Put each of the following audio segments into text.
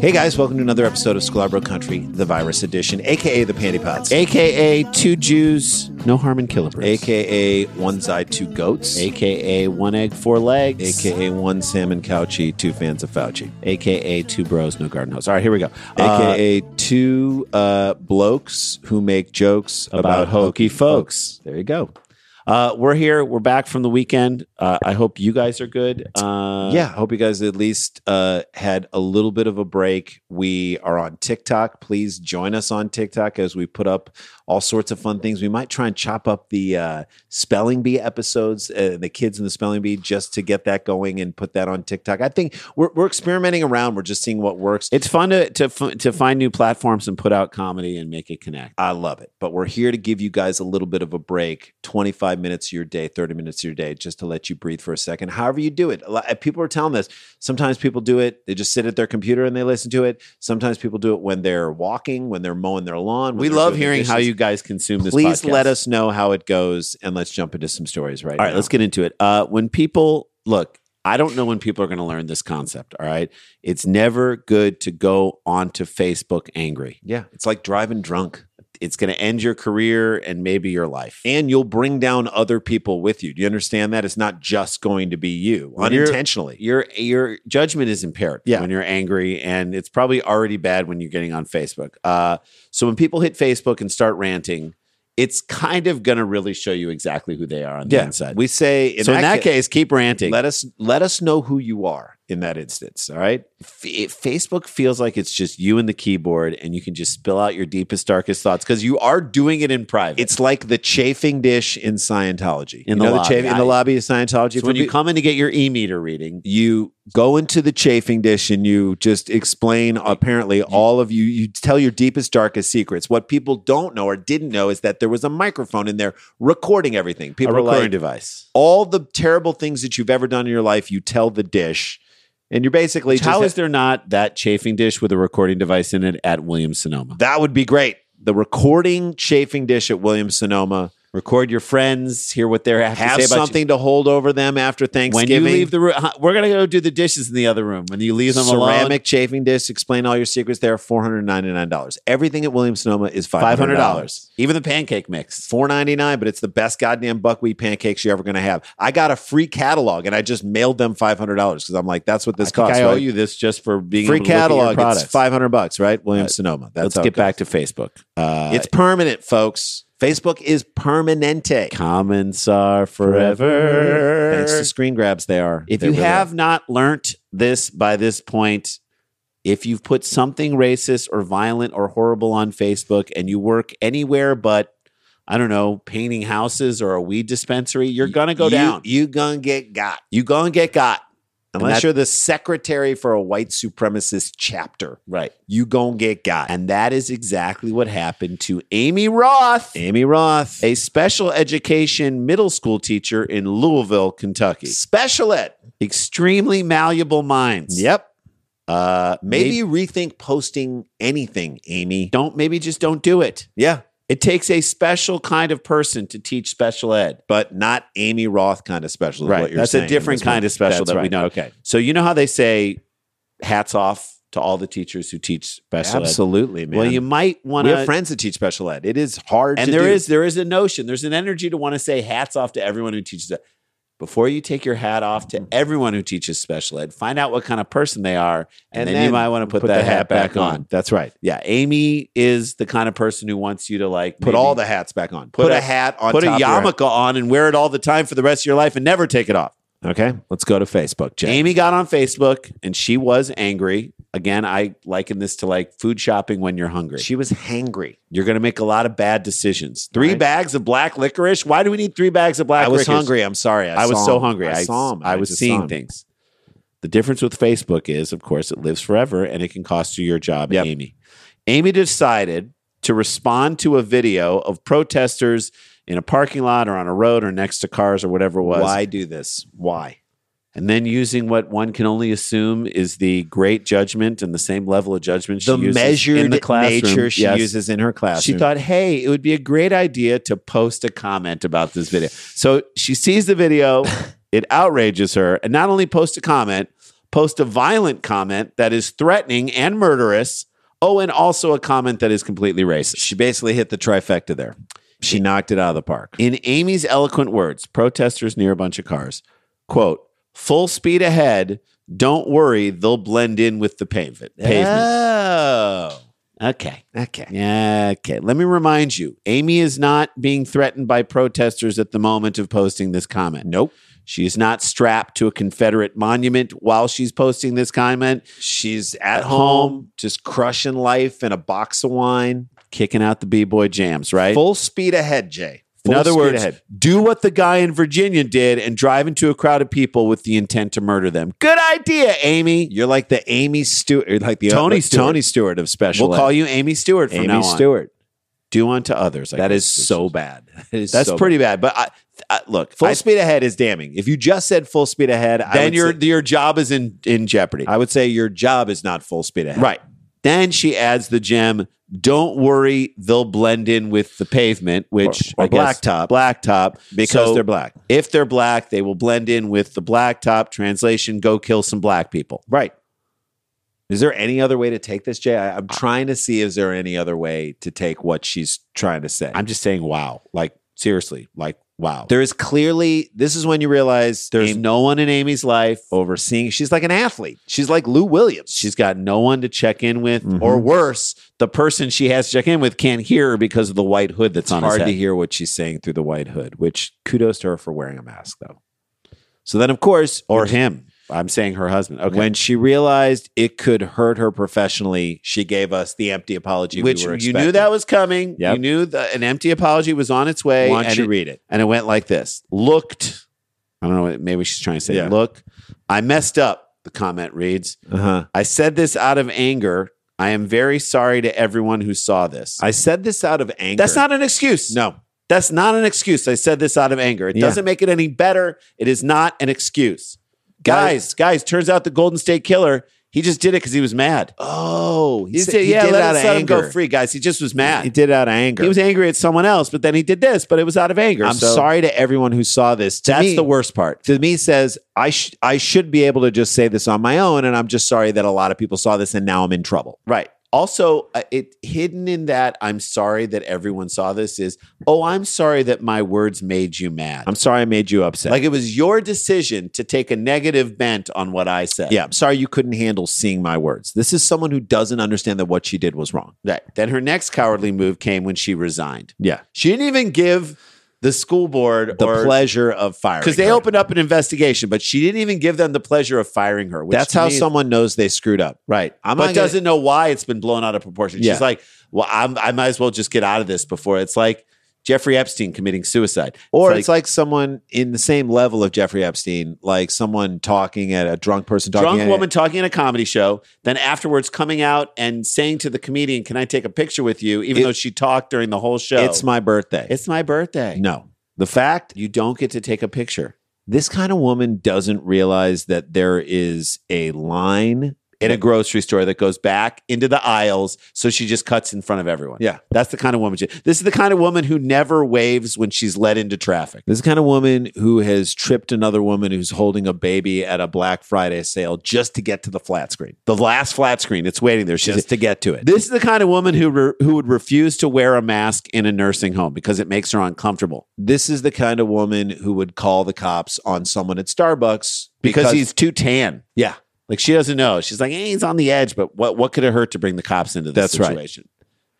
Hey guys, welcome to another episode of Scalabro Country, the virus edition, aka the Panty Pots, AKA two Jews, no harm in Killebrews. aka one side two goats, AKA one egg, four legs. aka one salmon couchy, two fans of Fauci, AKA two bros, no garden hose. All right, here we go. Uh, aka two uh, blokes who make jokes about, about hokey hokey folks. folks. There you go. Uh, we're here. We're back from the weekend. Uh, I hope you guys are good. Uh, yeah, Um, hope you guys at least uh, had a little bit of a break. We are on TikTok. Please join us on TikTok as we put up all sorts of fun things. We might try and chop up the uh, spelling bee episodes, uh, the kids in the spelling bee, just to get that going and put that on TikTok. I think we're, we're experimenting around. We're just seeing what works. It's fun to, to f- to find new platforms and put out comedy and make it connect. I love it. But we're here to give you guys a little bit of a break 25 minutes of your day, 30 minutes of your day, just to let you breathe for a second. However, you do it. A lot- People are telling this. Sometimes people do it. They just sit at their computer and they listen to it. Sometimes people do it when they're walking, when they're mowing their lawn. when We they're love doing the hearing how dishes. you guys consume this. Please podcast. let us know how it goes and let's jump into some stories right All right, now. let's get into it. Uh, when people look, I don't know when people are going to learn this concept. All right, it's never good to go onto Facebook angry. Yeah, it's like driving drunk. It's going to end your career and maybe your life. And you'll bring down other people with you. Do you understand that? It's not just going to be you When you're- unintentionally. your your judgment is impaired Yeah. when you're angry and it's probably already bad when you're getting on facebook uh, so when people hit facebook and start ranting it's kind of going to really show you exactly who they are on the inside We say in so in that ca- case keep ranting Let us let us know who you are in that instance. All right. F- it- facebook feels like it's just you and the keyboard and you can just spill out your deepest darkest thoughts because you are doing it in private It's like the chafing dish in Scientology. In you the know lobby. chafing in the I- lobby of Scientology. So when you come, come in to get your e-meter reading you go into the chafing dish and you just explain. Apparently, all of you you tell your deepest, darkest secrets. What people don't know or didn't know is that there was a microphone in there recording everything. a People are recording like, device all the terrible things that you've ever done in your life. You tell the dish, and you're basically How is just there not that chafing dish with a recording device in it at williams sonoma that would be great. the recording chafing dish at Williams Sonoma. Record your friends, hear what they're have, Have to say about you. something to hold over them after When Thanksgiving. you leave the room, we're gonna go do the dishes in the other room. When you leave them ceramic alone, chafing dish. Explain all your secrets. They are four hundred ninety nine dollars. Everything at Williams Sonoma is five hundred dollars. even the pancake mix. Four ninety nine, but it's the best goddamn buckwheat pancakes you're ever gonna have. I got a free catalog and I just mailed them five hundred dollars because I'm like, that's what this I think costs. I owe right? you this just for being free able to look at your catalog. It's products. five hundred bucks, right? Williams Sonoma. That's Let's get back to Facebook. Uh, it's permanent, folks. Facebook is permanente. Comments are forever. Thanks to screen grabs, they are. If They you really have are. not learnt this by this point, if you've put something racist or violent or horrible on Facebook and you work anywhere but, I don't know, painting houses or a weed dispensary, you're going to go You- down. You gonna get got. You're going to get got. Unless that- you're the secretary for a white supremacist chapter, Right. you gonna get got. And that is exactly what happened to Amy Roth, Amy Roth, a special education middle school teacher in Louisville, Kentucky. special ed. Extremely malleable minds. Yep. Uh, Maybe rethink posting anything, Amy. don't maybe just don't do it. Yeah, It takes a special kind of person to teach special ed. but not Amy Roth kind of special. Is what you're That's saying a in different this one. kind of special That's that we right. know. Okay. So you know how they say hats off to all the teachers who teach special Absolutely, ed. man. Well, you might want we have to friends that teach special ed. It is hard, and to there do. is there is a notion, there's an energy to want to say hats off to everyone who teaches it. Before you take your hat off Mm-hmm. to everyone who teaches special ed, find out what kind of person they are, and, then, you might want to put, that hat back, on. That's right. Yeah, Amy is the kind of person who wants you to like Put maybe- all the hats back on. Put, Put a, a- hat on. put a top of your head. yarmulke on and wear it all the time for the rest of your life and never take it off. Okay, let's go to Facebook, Jay. Amy got on Facebook and she was angry. Again, I liken this to like food shopping when you're hungry. She was hangry. you're going to make a lot of bad decisions. Three Right. bags of black licorice. Why do we need three bags of black I was licorice? hungry. I'm sorry. I, I, was saw so him. hungry. I saw him. I was just saw seeing him. things. The difference with Facebook is, of course, it lives forever and it can cost you your job, Yep. Amy. Amy decided to respond to a video of protesters in a parking lot or on a road or next to cars or whatever it was. Why do this? Why? And then using what one can only assume is the great judgment and the same level of judgment she uses in the classroom. nature she Yes. uses in her classroom. She thought, hey, it would be a great idea to post a comment about this video. So she sees the video, it outrages her, and not only post a comment, post a violent comment that is threatening and murderous. Oh, and also a comment that is completely racist. she basically hit the trifecta there. She knocked it out of the park. In Amy's eloquent words, protesters near a bunch of cars, quote, full speed ahead. Don't worry, they'll blend in with the pavement. pavement. Oh, Okay. okay. Yeah, okay. Let me remind you Amy is not being threatened by protesters at the moment of posting this comment. Nope. She is not strapped to a Confederate monument while she's posting this comment, She's at, At home, home. just crushing life in a box of wine. kicking out the B boy jams, right? Full speed ahead, Jay. Full in other speed words, ahead. do what the guy in Virginia did and drive into a crowd of people with the intent to murder them. Good idea, Amy. you're like the Amy Stewart, you're like the uh, Tony the Stewart. Tony Stewart of special. We'll ed. call you Amy Stewart from Amy now on. Stewart. Do unto others. I That guess is this so bad. That is That's so pretty bad. But I, I, look, bad. Full I- speed ahead is damning. If you just said full speed ahead, I then would your say, your job is in in jeopardy. I would say your job is not full speed ahead. Right. Then she adds the gem. Don't worry, they'll blend in with the pavement, which Or- or I guess- blacktop. blacktop, because So they're black. If they're black, they will blend in with the blacktop. Translation: Go kill some black people. Right. Is there any other way to take this, Jay? I, I'm Uh, trying to see is there any other way to take what she's trying to say. I'm just saying, wow. Like seriously, like wow. there is clearly this is when you realize there's Amy no one in Amy's life. overseeing. She's like an athlete. She's like Lou Williams. She's got no one to check in with, Mhm. or worse, the person she has to check in with can't hear her because of the white hood that's it's on hard his to head. hear what she's saying through the white hood. Which kudos to her for wearing a mask, though. So then, of course, or when- him. I'm saying her husband. Okay. When she realized it could hurt her professionally, she gave us the empty apology we which were you expecting. knew that was coming. Yep. You knew that an empty apology was on its way. Why don't and you it, read it? and it went like this. Looked. I don't know. what- Maybe she's trying to say. Yeah. Look, I messed up. The comment reads. Uh huh. I said this out of anger. I am very sorry to everyone who saw this. I said this out of anger. That's not an excuse. no. That's not an excuse. I said this out of anger. It Yeah. doesn't make it any better. It is not an excuse. Guys- Guys, guys, turns out the Golden State Killer, He just did it because he was mad. Oh, He, said, "Yeah, let, us let him go free, guys." He just was mad. He did it out of anger. He was angry at someone else, but then he did this. But it was out of anger. I'm so- sorry to everyone who saw this. To That's me- the worst part. To me, says I sh- I should be able to just say this on my own, and I'm just sorry that a lot of people saw this, and now I'm in trouble. Right. Also, uh, it hidden in that I'm sorry that everyone saw this is, oh, I'm sorry that my words made you mad. I'm sorry I made you upset. like it was your decision to take a negative bent on what I said. yeah, I'm sorry you couldn't handle seeing my words. This is someone who doesn't understand that what she did was wrong. Right. Then her next cowardly move came when she resigned. Yeah, She didn't even give the school board the or pleasure of firing because they her. opened up an investigation, but she didn't even give them the pleasure of firing her. Which That's to how me- someone knows they screwed up. right. I'm but not gonna- doesn't know why it's been blown out of proportion. Yeah. She's like, well, I'm, I might as well just get out of this before it's like Jeffrey Epstein committing suicide, Or it's like, someone in the same level of Jeffrey Epstein, like someone talking at a drunk person talking drunk at woman talking at a comedy show, then afterwards coming out and saying to the comedian, "Can I take a picture with you?" Even It- though she talked during the whole show. It's my birthday. it's my birthday. no. The fact you don't get to take a picture this kind of woman doesn't realize that there is a line. in a grocery store that goes back into the aisles, so she just cuts in front of everyone. Yeah. that's the kind of woman. She, this is the kind of woman who never waves when she's led into traffic. This kind of woman who has tripped another woman who's holding a baby at a Black Friday sale just to get to the flat screen, The last flat screen, it's waiting there. She's just to get to it. This is the kind of woman who re- who would refuse to wear a mask in a nursing home because it makes her uncomfortable. This is the kind of woman who would call the cops on someone at Starbucks because, he's too tan. Yeah. Like she doesn't know. She's like, "Eh, hey, he's on the edge, but what what could it hurt to bring the cops into this That's right. situation?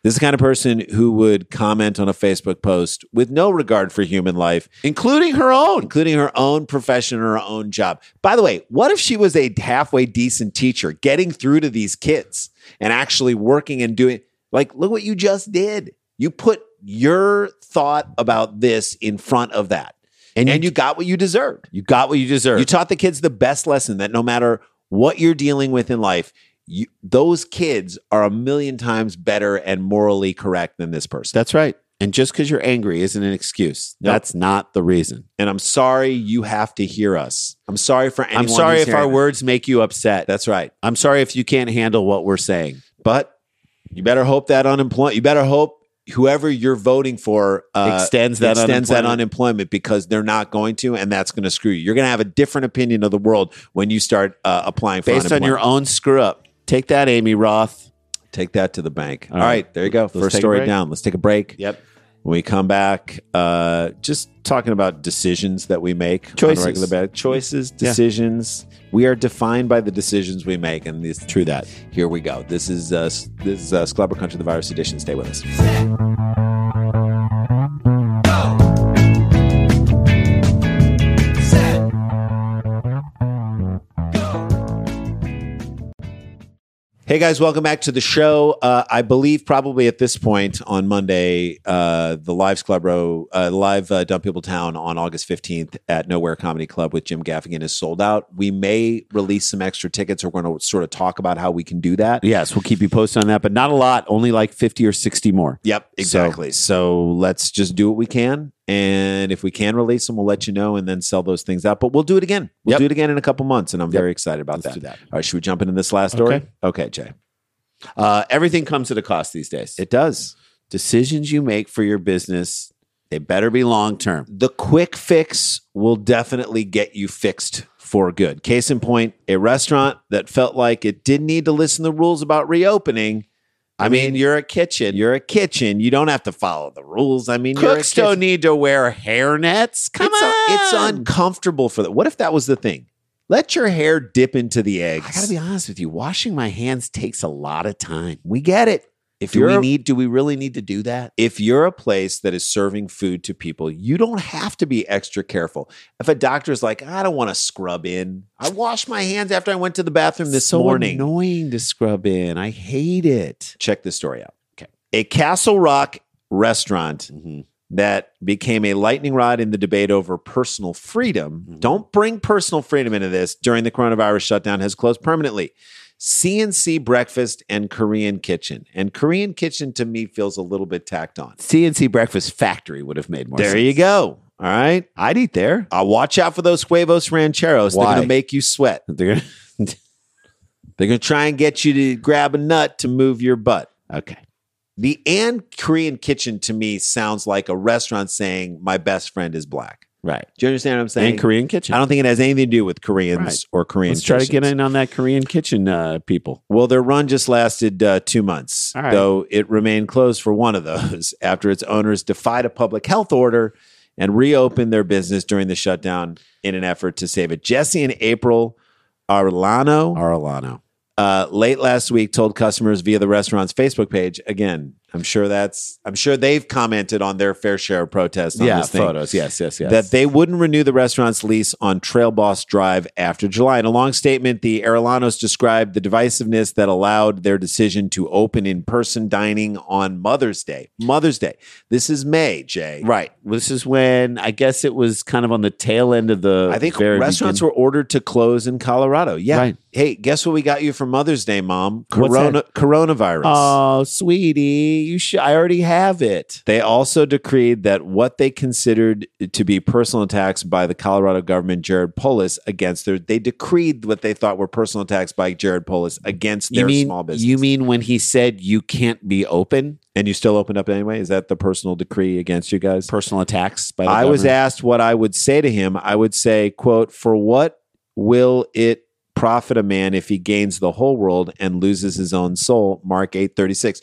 This is the kind of person who would comment on a Facebook post with no regard for human life, Including her own. including her own profession or her own job. By the way, what if she was a halfway decent teacher getting through to these kids and actually working and doing like look what you just did. You put your thought about this in front of that. And, you got what you deserved. You got what you deserve. You taught the kids the best lesson that no matter what you're dealing with in life, you, those kids are a million times better and morally correct than this person. That's right. And just because you're angry isn't an excuse. Nope. That's not the reason. and I'm sorry you have to hear us. I'm sorry for anyone. I'm sorry who's if our hearing words make you upset. this. That's right. I'm sorry if you can't handle what we're saying. But you better hope that unemployment. You better hope whoever you're voting for uh, Extends that extends that unemployment. unemployment because they're not going to, and that's going to screw you. You're going to have a different opinion of the world when you start uh, applying for Based on your unemployment. own screw up. Take that, Amy Roth. Take that to the bank. All All right. right, there you go. Let's First take a story break. down. Let's take a break. Yep. When we come back, uh, just talking about decisions that we make on a Choices. regular basis. Choices, Yeah. decisions. We are defined by the decisions we make, and these True that. Here we go. This is uh, s- this is uh, Clubber Country, the Virus Edition. Stay with us. Hey guys, welcome back to the show. Uh, I believe probably at this point on Monday, uh, the Lives Club Row, uh, live uh, Dumb People Town on August 15th at Nowhere Comedy Club with Jim Gaffigan is sold out. We may release some extra tickets. We're going to sort of talk about how we can do that. Yes, we'll keep you posted on that, but not a lot, only like 50 or 60 more. Yep, exactly. So, let's just do what we can. And if we can release them, we'll let you know and then sell those things out. But we'll do it again. We'll Yep. do it again in a couple months. And I'm very excited about Let's that. do that. All right, should we jump into this last story? Okay. okay Jay. Uh, everything comes at a cost these days. It does. decisions you make for your business, they better be long term. the quick fix will definitely get you fixed for good. Case in point, a restaurant that felt like it didn't need to listen to the rules about reopening. I mean, you're a kitchen. You're a kitchen. You don't have to follow the rules. I mean, you're a Cooks don't kitchen. need to wear hairnets. Come it's, on. It's uncomfortable for that. What if that was the thing? Let your hair dip into the eggs. I got to be honest with you. Washing my hands takes a lot of time. we get it. If Do you're we a- need do we really need to do that? if you're a place that is serving food to people, you don't have to be extra careful. If a doctor is like, I don't want to scrub in, I washed my hands after I went to the bathroom this so morning. annoying to scrub in. I hate it. Check this story out. Okay. A Castle Rock restaurant Mm-hmm. that became a lightning rod in the debate over personal freedom. Don't bring personal freedom into this during the coronavirus shutdown has closed permanently. CNC Breakfast and Korean Kitchen. And Korean Kitchen to me feels a little bit tacked on. CNC Breakfast Factory would have made more There sense. you go. All right. I'd eat there. Uh, watch out for those huevos rancheros. Why? They're going to make you sweat. They're gonna They're going to try and get you to grab a nut to move your butt. Okay. The and Korean kitchen to me sounds like a restaurant saying, my best friend is black. Right. Do you understand what I'm saying? And Korean kitchen. I don't think it has anything to do with Koreans Right. or Korean Let's try to get kitchens. in on that Korean kitchen uh, people. Well, their run just lasted uh, two months, All right. though it remained closed for one of those after its owners defied a public health order and reopened their business during the shutdown in an effort to save it. Jesse and April Arlano Arlano. uh, late last week told customers via the restaurant's Facebook page. Again, I'm sure that's I'm sure they've commented on their fair share of protests. On Yeah, this thing photos. Yes, yes, yes. that they wouldn't renew the restaurant's lease on Trail Boss Drive after July. In a long statement, the Arolanos described the divisiveness that allowed their decision to open in person dining on Mother's Day. Mother's Day. This is May, Jay. Right. This is when I guess it was kind of on the tail end of the. I think very restaurants beginning. were ordered to close in Colorado. Yeah. Right. Hey, guess what we got you for Mother's Day, Mom? What's that? Corona coronavirus. Oh, sweetie, you should. I already have it. They also decreed that what they considered to be personal attacks by the Colorado government, Jared Polis, against their they decreed what they thought were personal attacks by Jared Polis against their you mean small business. you mean when he said you can't be open? and you still opened up anyway? Is that the personal decree against you guys? Personal attacks by the I was government? asked what I would say to him. I would say, quote, for what will it profit a man if he gains the whole world and loses his own soul? Mark eight thirty six.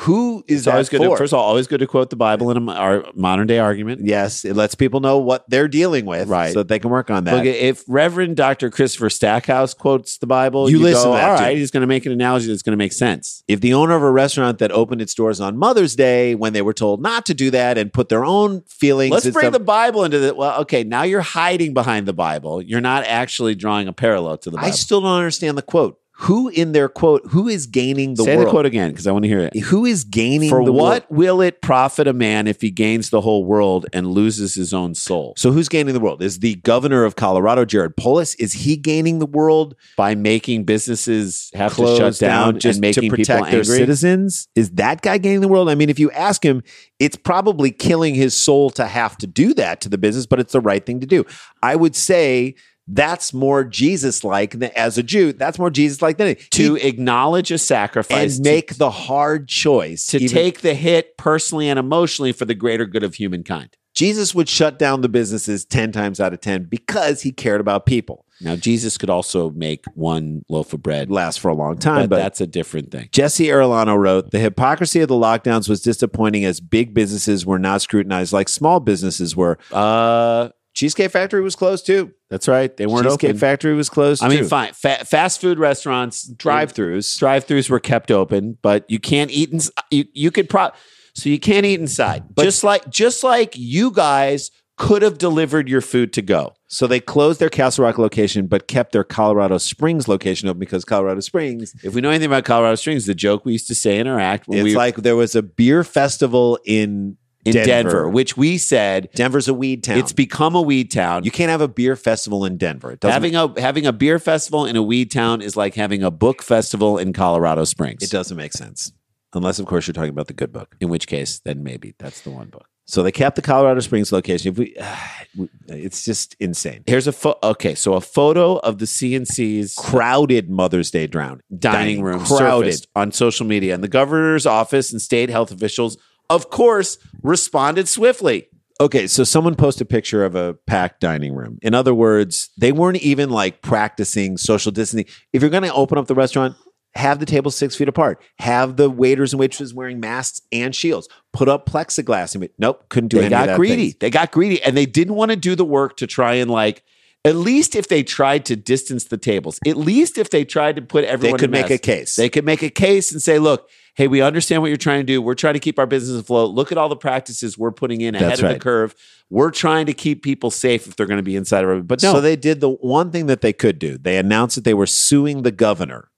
Who is It's always that good. To, for? first of all, always good to quote the Bible in a, mo- our modern day argument. Yes, it lets people know what they're dealing with, Right. So that they can work on that. Look, if Reverend Dr. Christopher Stackhouse quotes the Bible, You listen to that, all dude." right, he's going to make an analogy that's going to make sense. if the owner of a restaurant that opened its doors on Mother's Day when they were told not to do that and put their own feelings, Let's and bring the stuff- Bible into the. Well, okay, now you're hiding behind the Bible. You're not actually drawing a parallel to the Bible. I still don't understand the quote. Who in their quote? Who is gaining the Say world? the quote again because I want to hear it. Who is gaining For the what World? will it profit a man if he gains the whole world and loses his own soul? So who's gaining the world? Is the governor of Colorado, Jared Polis, is he gaining the world? By making businesses have to Closed shut down, just and to making protect people their angry. citizens? Is that guy gaining the world? I mean, if you ask him, it's probably killing his soul to have to do that to the business, but it's the right thing to do. I would say that's more Jesus like as a Jew. That's more Jesus like than it. to He- acknowledge a sacrifice and to- make the hard choice to even- take the hit personally and emotionally for the greater good of humankind. Jesus would shut down the businesses ten times out of ten because he cared about people. Now, Jesus could also make one loaf of bread, It lasts for a long time, but but that's a different thing. Jesse Arellano wrote, The hypocrisy of the lockdowns was disappointing as big businesses were not scrutinized like small businesses were. Uh, Cheesecake Factory was closed too. that's right. They weren't Cheesecake open. Factory was closed I mean, too. fine. Fa- fast food restaurants, drive Drive-throughs. drive-throughs were kept open, but you can't eat in. You you could pro. So you can't eat inside. just like just like you guys could have delivered your food to go. So they closed their Castle Rock location but kept their Colorado Springs location open because Colorado Springs If we know anything about Colorado Springs, the joke we used to say in our act when it's we were like there was a beer festival in in Denver, Denver. which we said Denver's a weed town. it's become a weed town. you can't have a beer festival in Denver. It doesn't having a having a beer festival in a weed town is like having a book festival in Colorado Springs. it doesn't make sense. Unless of course you're talking about the good book. In which case, then maybe that's the one book. So they kept the Colorado Springs location. If we it's just insane. Here's a photo. okay, so a photo of the CNC's crowded Mother's Day drown dining room crowded. surfaced on social media, and the governor's office and state health officials, of course, responded swiftly. Okay, so someone posted a picture of a packed dining room. In other words, they weren't even like practicing social distancing. If you're going to open up the restaurant, have the tables six feet apart. Have the waiters and waitresses wearing masks and shields. Put up plexiglass. And nope, couldn't do they any of got that greedy. thing. They got greedy, and they didn't want to do the work to try and like. At least if they tried to distance the tables, at least if they tried to put They everyone, in could make a masks. case. They could make a case and say, look, hey, we understand what you're trying to do. We're trying to keep our business afloat. Look at all the practices we're putting in ahead That's of the right. curve. We're trying to keep people safe if they're going to be inside of it. But no, So they did the one thing that they could do. They announced that they were suing the governor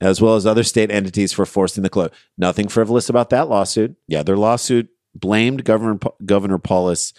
as well as other state entities for forcing the close. Nothing frivolous about that lawsuit. yeah, their lawsuit blamed Governor, Governor Paulus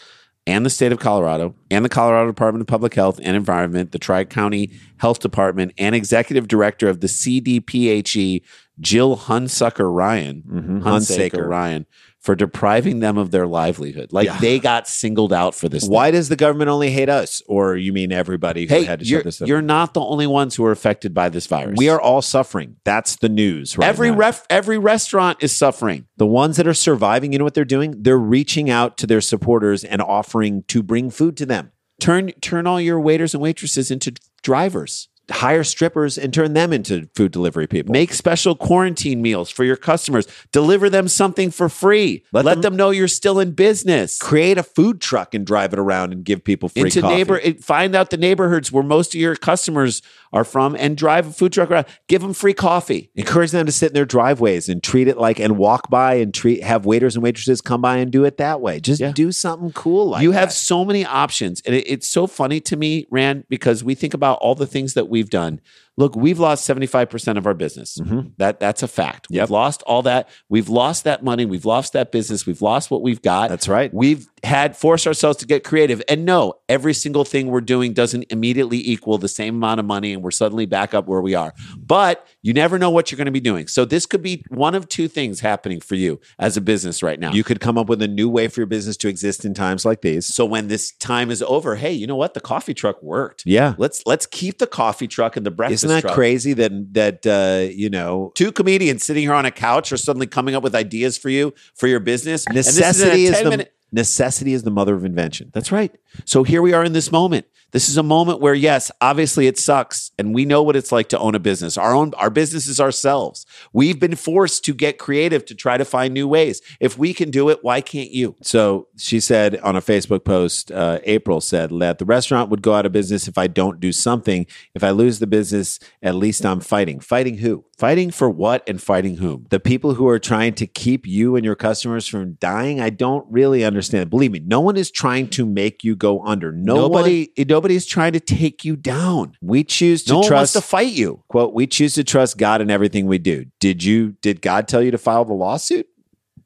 and the state of Colorado and the Colorado Department of Public Health and Environment, the Tri County Health Department, and executive director of the CDPHE, E, Jill Hunsucker Ryan. Mm-hmm. Hunsaker Ryan for depriving them of their livelihood. Like Yeah. they got singled out for this. Why does the government only hate us? Or you mean everybody who thing. Hey, had to you're, shut this down? you're not the only ones who are affected by this virus. We are all suffering. That's the news, right? every now. ref, every restaurant is suffering. The ones that are surviving, you know what they're doing? They're reaching out to their supporters and offering to bring food to them. Turn turn all your waiters and waitresses into drivers. Hire strippers and turn them into food delivery people. Make special quarantine meals for your customers. Deliver them something for free. Let, Let them, them- know you're still in business. create a food truck and drive it around and give people free Into coffee. neighbor, eh, find out the neighborhoods where most of your customers are from, and drive a food truck around. Give them free coffee. Encourage them to sit in their driveways and treat it like and walk by and treat have waiters and waitresses come by and do it that way. Just Yeah. do something cool like you have that. so many options, and it- it's so funny to me, Rand, because we think about all the things that we've done. Look, we've lost seventy five percent of our business. That that's a fact. Mm-hmm. Yep. We've lost all that. We've lost that money. We've lost that business. We've lost what we've got. That's right. We've had forced ourselves to get creative. And no, every single thing we're doing doesn't immediately equal the same amount of money and we're suddenly back up where we are. But you never know what you're going to be doing. So this could be one of two things happening for you as a business right now. You could come up with a new way for your business to exist in times like these. so when this time is over, hey, you know what? The coffee truck worked. Yeah. Let's let's keep the coffee truck and the breakfast Isn't that truck. crazy that that uh, you know Two comedians sitting here on a couch are suddenly coming up with ideas for you for your business. And this is in a necessity is, 10 the minute- necessity is the mother of invention. That's right. So here we are in this moment. This is a moment where yes, obviously it sucks and we know what it's like to own a business. Our own our business is ourselves. We've been forced to get creative to try to find new ways. If we can do it, why can't you? So she said on a Facebook post, uh, April said that the restaurant would go out of business if I don't do something. If I lose the business, at least I'm fighting. Fighting who? Fighting for what and fighting whom? The people who are trying to keep you and your customers from dying, I don't really understand. Believe me, no one is trying to make you go under. No one- Nobody nobody's trying to take you down. we choose to no one wants trust to fight you. quote, we choose to trust God in everything we do. Did you did God tell you to file the lawsuit?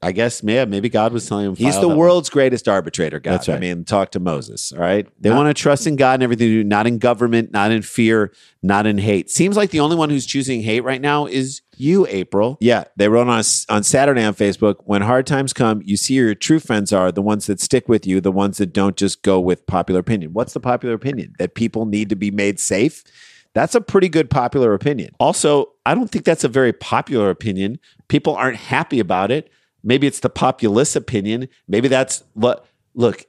I guess yeah, maybe God was telling him. He's file the that world's greatest arbitrator, God. That's right. I mean, talk to Moses, all right? They want to trust in God and everything they do, not in government, not in fear, not in hate. Seems like the only one who's choosing hate right now is you, April. Yeah, they wrote on us on Saturday on Facebook. When hard times come, you see who your true friends are the ones that stick with you, the ones that don't just go with popular opinion. What's the popular opinion? That people need to be made safe. That's a pretty good popular opinion. Also, I don't think that's a very popular opinion. People aren't happy about it. Maybe it's the populist opinion. Maybe that's look. Look,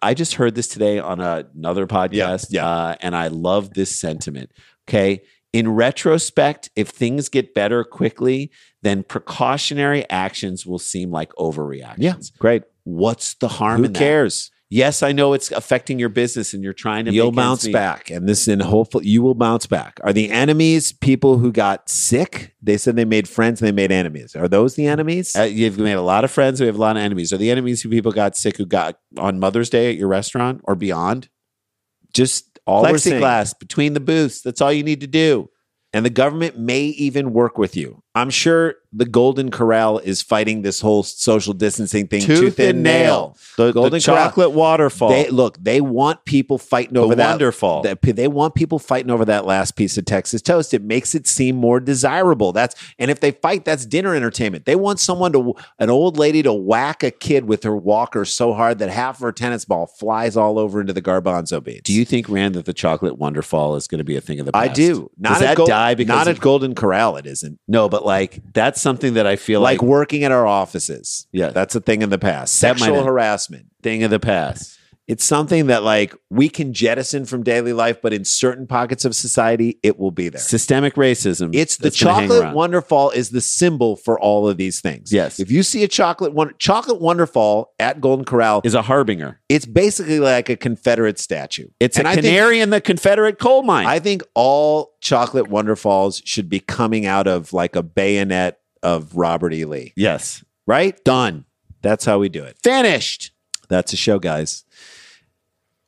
I just heard this today on another podcast, yeah. Uh, and I love this sentiment. Okay, in retrospect, if things get better quickly, then precautionary actions will seem like overreactions. great. What's the harm? Who in that? cares? Yes, I know it's affecting your business and you're trying to You'll make ends bounce meet. back, and this in hopefully you will bounce back. Are the enemies people who got sick? They said they made friends and they made enemies. Are those the enemies? Uh, you've made a lot of friends. We have a lot of enemies. Are the enemies who people got sick who got on Mother's Day at your restaurant or beyond? Just all we're saying- Plexiglass between the booths. That's all you need to do. and the government may even work with you. I'm sure the Golden Corral is fighting this whole social distancing thing tooth, and nail. The, the Golden Corral. chocolate waterfall. They look, they want people fighting over that Wonderfall. that- they want people fighting over that last piece of Texas toast. It makes it seem more desirable. That's and if they fight, that's dinner entertainment. They want someone to an old lady to whack a kid with her walker so hard that half of her tennis ball flies all over into the garbanzo beans. do you think, Rand, that the chocolate wonderfall is going to be a thing of the I past? do. Not Does at that Gol- die because not of- at Golden Corral. It isn't. no, but like that's something that I feel like, like, working at our offices. Yeah. that's a thing in the past. That might Sexual end. harassment. thing of the past. It's something that like we can jettison from daily life, but in certain pockets of society, it will be there. Systemic racism. It's the that's gonna hang chocolate around. wonderfall is the symbol for all of these things. Yes. If you see a chocolate one chocolate wonderfall at Golden Corral, is a harbinger. it's basically like a Confederate statue. It's And a I think- canary in the Confederate coal mine. I think all chocolate wonderfalls should be coming out of like a bayonet of Robert E. Lee. yes. Right? Done. That's how we do it. Finished. That's a show, guys.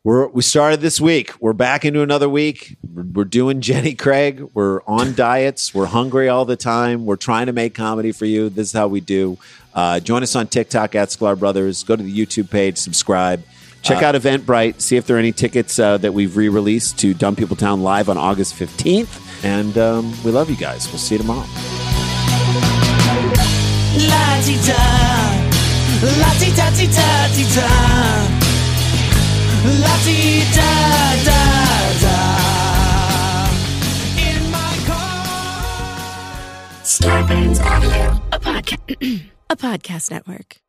We're we started this week. We're back into another week. We're, we're doing Jenny Craig. We're on diets. We're hungry all the time. We're trying to make comedy for you. This is how we do. Uh, join us on TikTok at Sklar Brothers. Go to the YouTube page. Subscribe. Check out Eventbrite. See if there are any tickets uh, that we've re released to Dumb People Town Live on August 15th. And um, we love you guys. We'll see you tomorrow. La-di-da, La ti ta ti ta ti ta. La ti da da da. In my car. Scorpions Avenue. A podcast network.